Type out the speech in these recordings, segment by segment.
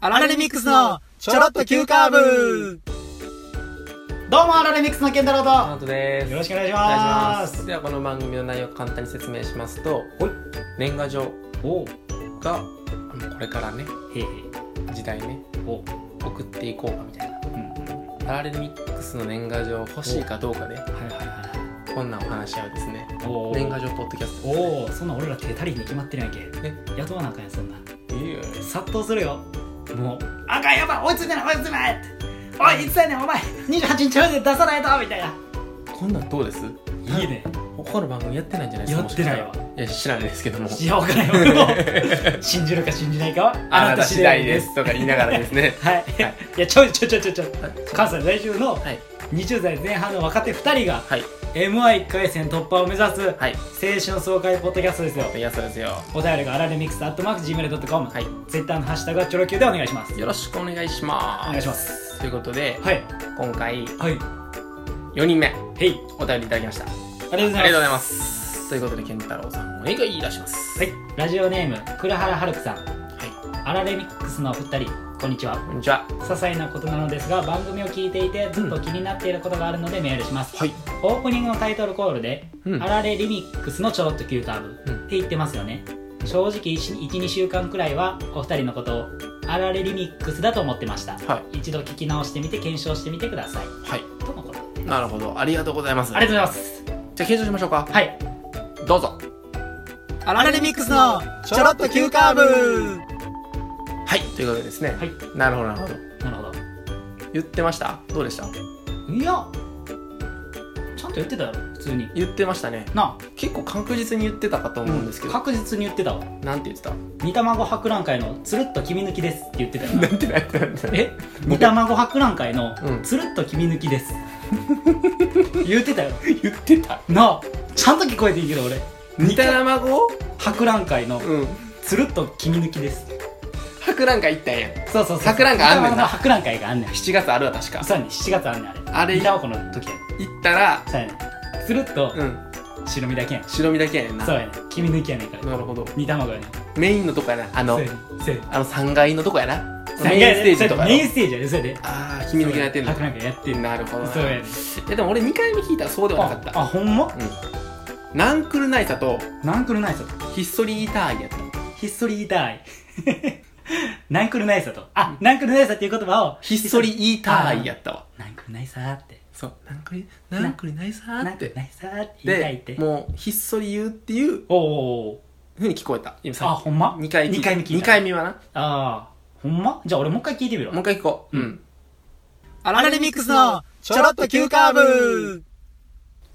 アラレミックスのちょろっと急カーブどうもアラレミックスの健太郎とアウトですよろしくお願いしお願いましますすではこの番組の内容を簡単に説明しますとほい年賀状おがあのこれからねへへ時代ねお送っていこうかみたいなうんはパラレミックスの年賀状欲しいかどうかでいはいはこんなお話し合うですねいお年賀状ポッドキャストですおおそんな俺ら手足りひんに決まってるやんけね雇わなあかんやんそんなねいいよ殺到するよもうあかんやばい追いついてない追いついてないっておいいつだねんお前28日まで出さないとみたいなこんなんどうですいいね他の番組やってないんじゃないですやかってないわもしかしたらいや知らないですけどもいやわからんよ俺も信じるか信じないかはあなた次第ですとか言いながらですねはい、はいい、やちょいちょいちょいちょいちょい関西在住のはい20代前半の若手2人がはい m 1 1回戦突破を目指す青はい春爽快ポッドキャストですよいやそうですよお便りがアラレミックスアットマーク Gmail.com、はい Twitter のハッシュタグはチョロ Q でお願いしますよろしくお願いしますお願いしますということで、はい今回はい4人目へいお便りいただきましたありありがとうございますすということで健太郎さんお願いいたしますはいラジオネーム倉原春樹さんはいアラレミックスのお二人こんにちはこんにちは些細なことなのですが番組を聞いていてずっと気になっていることがあるのでメールします、はいオープニングのタイトルコールで「うんあられリミックスのちょろっと急カーブ」うんって言ってますよね正直12週間くらいはお二人のことを「あられリミックス」だと思ってましたは一度聞き直してみて検証してみてくださいいはいとのことなるほどありがとうございますありがとうございますじゃあ検証しましょうかはいどうぞアラレミックスのちょろっと急カーブはいということでですね、はいなるほどなるほどなるほど言ってましたどうでしたいやちゃんと言ってたよ普通に言ってましたねなあ結構確実に言ってたかと思うんですけど、確実に言ってたわなんて言ってた煮卵博覧会のつるっと切り抜きですって言ってたよななんてなんてなんてなんてえ煮卵博覧会のうんつるっと切り抜 きです、言ってたよ言ってたなあちゃんと聞こえていいけど俺煮た卵博覧会のうんつるっと切り抜きです博覧会行ったんやそうそうそう博覧会あんねんな煮卵の博覧会があんねん7月あるわ確かそうやねん7月あんねんあれあれ煮卵の時やね行ったらんそうやねんつるっとうん白身だけやね白身だけやねんんなそうやねん切り抜きやねんからなるほど煮卵やねんメインのとこやなあのそうやねんそうやねんあの3階のとこやなメイメンステージとかメイやンろステージやでそれでああ君抜きやってんの博覧会やってんのなるほどなそうやねんえでも俺2回目聞いたらそうではなかっあたあほんうまんナンクルナイサとなんくるないさとひっそりイーターイやったひっそり言いたい なんくるないさとあなんくるないさっていう言葉をひっそりイーターイやったわなんくるないさーってそうナンクルナンクルナイサーなんっくるてないさーって言いたいっでてもうひっそり言うっていうおおーふうに聞こえた今あさほんま2回二回目聞い2た回目はなああほんまじゃあ俺もう一回聞いてみろもう一回聞こううんアラレミックスのちょろっと急カーブ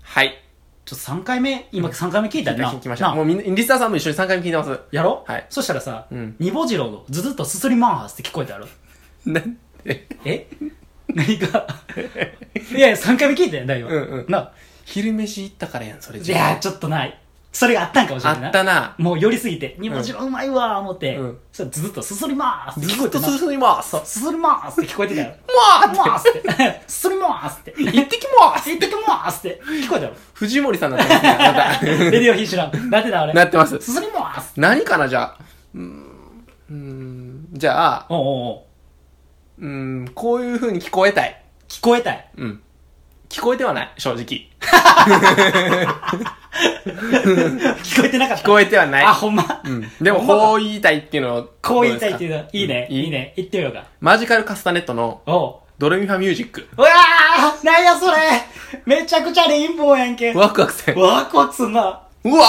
はいちょっと3回目今3回目聞いたよな聞きましょう。もなうみんな、リスナーさんも一緒に3回目聞いてます。やろはいそしたらさうんニボジローのズズッとすすりマンハースって聞こえたやろなんて。え 何かいやいや3回目聞いたよだいぶうんうんな昼飯行ったからやん、それいじゃやーちょっとないそれがあったんかもしあ。あれないなったな。もう寄りすぎて、煮干しがうまいわー思って、うんそしたらずっとすすりまーすって聞ずこっえてとなす進みます。ますすりまーすって聞こえてた よ。あまーすって。 すすりまーすって。行ってきます行ってきまーすって。聞こえたよ。 藤森さんだったんですねあなレディオ必死な。なってた俺。た。なってます。すすりまーす。何かな、じ ゃあ。うーん。うーんじゃあ、おうおうおううーん、こういう風に聞こえたい。聞こえたい。うん。聞こえてはない、正直。聞こえてなかった。聞こえてはないあ、。ほんま。うん。でも、ほんまだこう言いたいっていうのを。。こう言いたいっていううの、いいね。うんいいいいね。言ってみようか。マジカルカスタネットのおう。ドレミファミュージック。うわーなんやそれめちゃくちゃレインボーやんけ。ワクワクせん。ワワクワクすんな。クワ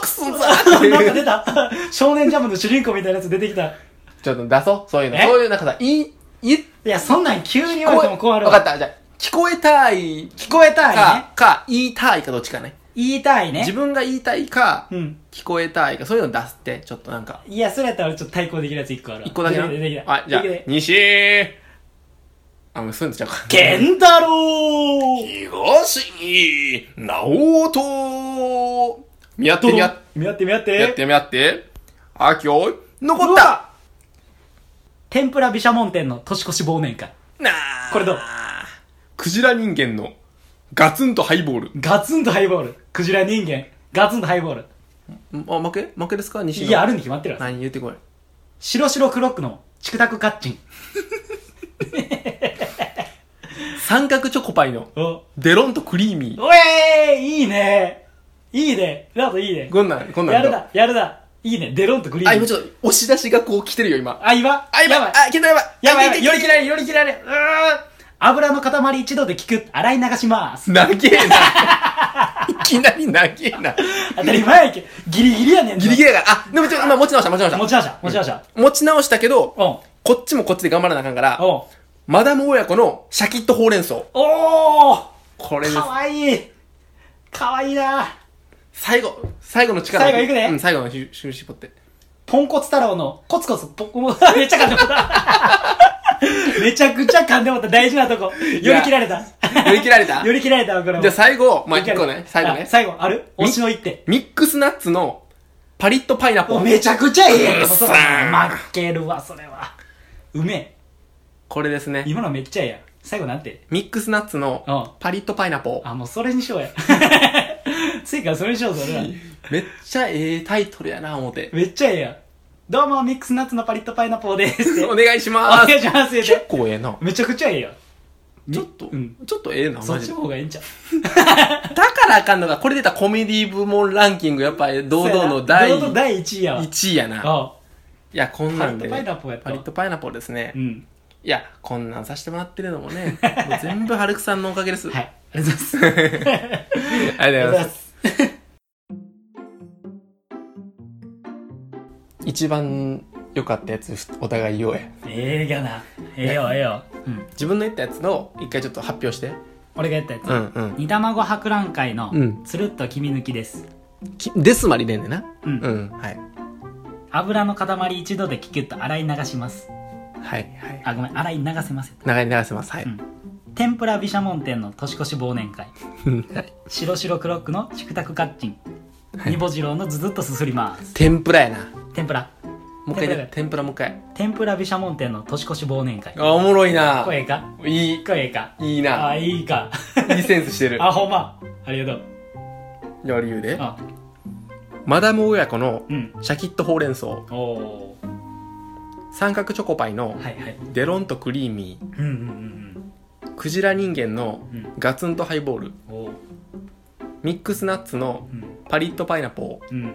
クすんぞってなんか出た少年ジャムの主人公みたいなやつ出てきた。い ちょっと出そう、そういうの。えそういう、なんかさ、い、い、聞や、そんなん急に言われても困るわかった、じゃあ聞こえたい聞こえたいねか、。か、言いたいかどっちかね。言いたいね。自分が言いたいか、うん。聞こえたいか、そういうの出すって、ちょっとなんか、いや、それやったら俺ちょっと対抗できるやつ一個あるわ。一個だけな。できるできるはい、じゃあできる、西あ、もうそういうのちゃうか。ケンタロウ東直人見合って見合っ、見合って見合ってて。見合って見合って。あ、今日、残った天ぷら毘沙門天の年越し忘年会。なあこれどうクジラ人間のガツンとハイボール。ガツンとハイボール。クジラ人間。ガツンとハイボール。あ、負け負けですか西野。いや、あるに決まってるわ。何言ってこい。白白黒黒のチクタクカッチン。三角チョコパイの、おデロンとクリーミー。おえーいいねいいねラドいいねこんなん、こんなん。やるだやるだいいねデロンとグリーンあ、今ちょっと、押し出しがこう来てるよ、今。あ、今あ、ややばばいい。あ、けどやばい。やばいやあばいより切られるより切られるうーん油の塊一度で効く洗い流します長えな。いきなり 長えな。当たり前やけギリギリやねんギリギリリだから。あ、でもちょっと、今持ち直した、持ち直した。持ちました持ちました持ち直したけど、おんこっちもこっちで頑張らなあかんから、おんマダム親子のシャキッとほうれん草。おーこれですか。わいいかわいいな最後、最後の力。最後いくねうん、最後のしゅしゅしぼって。ポンコツ太郎のコツコツポン めっちゃ噛んでもった めちゃくちゃ噛んでもった大事なとこより切られたや寄り切られた より切られたわこれもじゃあ最後、まあ、より切一ら個れねた、最後あね。最後ある推しの一手ミックスナッツのパリッとパイナップおル。めちゃくちゃいいやんうっそさうーだね負けるわそれはうめこれですえね。今のめっちゃええやん最後なんてミックスナッツのうパリッとパイナップル。あもうそれにしようや せいかそれにしようぞ俺らめっちゃええタイトルやな、思って。めっちゃええやんどうもミックスナッツのパリッとパイナップルですお願いしおます。願いします言う結て構ええな。めちゃくちゃええやんちょっと、うんちょっとええな、そマっジちでの。方がいいんちゃうだからあかんのが、これ出たコメディ部門ランキング、やっぱり堂々のそう第やな堂々第1位やわ1位やな。あいや、こんなんで、パリッとパイナップルやっパたリッとパイナップルですねう。んいや、こんなんさせてもらってるのも ね、もう全部ハルクさんのおかげです。 はいありがとうございますありがとありがとううごござざいまいますす。一番良かったやつ、お互い言おうや。ええがなええよええようん自分の言ったやつの、一回ちょっと発表して。俺がやったやつうんうん。煮卵博覧会のうんつるっと黄身抜きです、きデスマリでんねんな。うんうん。はい。油の塊一度でキュキュッと洗い流しますはい。はい。あごめん洗い流せません長い流せます。はい。天ぷら毘沙門天の年越し忘年会はい白白クロックのチクタクカッチン煮ぼ次郎のずずっとすすりま す天ぷらやな。天ぷらもう一回言って、天天ぷぷららもう一回。天ぷら毘沙門天の年越し忘年会あ、おもろいなこ。れええかいい、これええかいいな。あいいかいいセンスしてる。あほんまありがとうじゃあ理由で。あマダム親子のうんシャキッとほうれん草、おおー三角チョコパイのはいはいデロンとクリーミうんうんうんー、クジラ人間のうんガツンとハイボール、うんおーミックスナッツのうんパリッとパイナポー、うん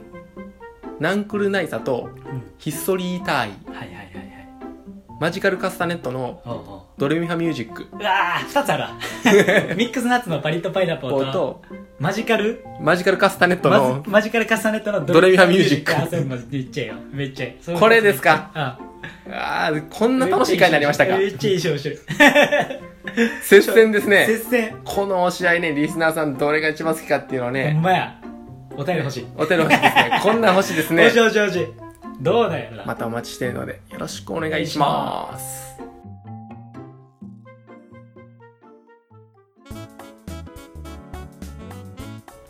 ナンクルナイサとうんヒッソリータイ、はいはいはいはいマジカルカスタネットのおうおうドレミファミュージックうわー2つあるわ ミックスナッツのパリッとパイナップポルーととマジカルマジカルカスタネットマのジマジカルカスタネットのドレミファミュージックあそれもめっちゃいいよめっちゃいいそこれですかああーこんな楽しい回になりましたかめっちゃいい勝負してる接戦ですね接戦この試合ねリスナーさんどれが一番好きかっていうのをほんねまやお便り欲しいお手の欲しいですねこんなん欲しい です欲ねしい欲しい欲しいどうだよなまたお待ちしているのでよろしくお願いします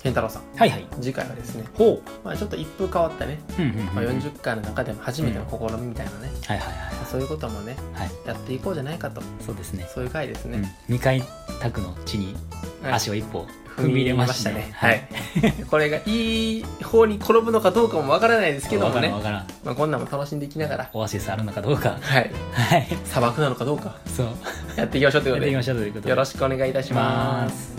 健太郎さんはいはい次回はですね、ほまあ、ちょっと一風変わったね、ううんうんうんまあ、40回の中でも初めての試みみたいなね、はいはいはそういうこともねいはいやっていこうじゃないかとそうですねそういう回ですうんね、二回タクの地にはい足を一歩踏み入れましたねはい これがいい方に転ぶのかどうかもわからないですけどわもからねんわ、からんまあ、こんなんも楽しんでいきながら、オアシスあるのかどうかはい、はい砂漠なのかどうかそうやっていきましょうというこやっとていきでましょうということでよろしくお願いいたしますす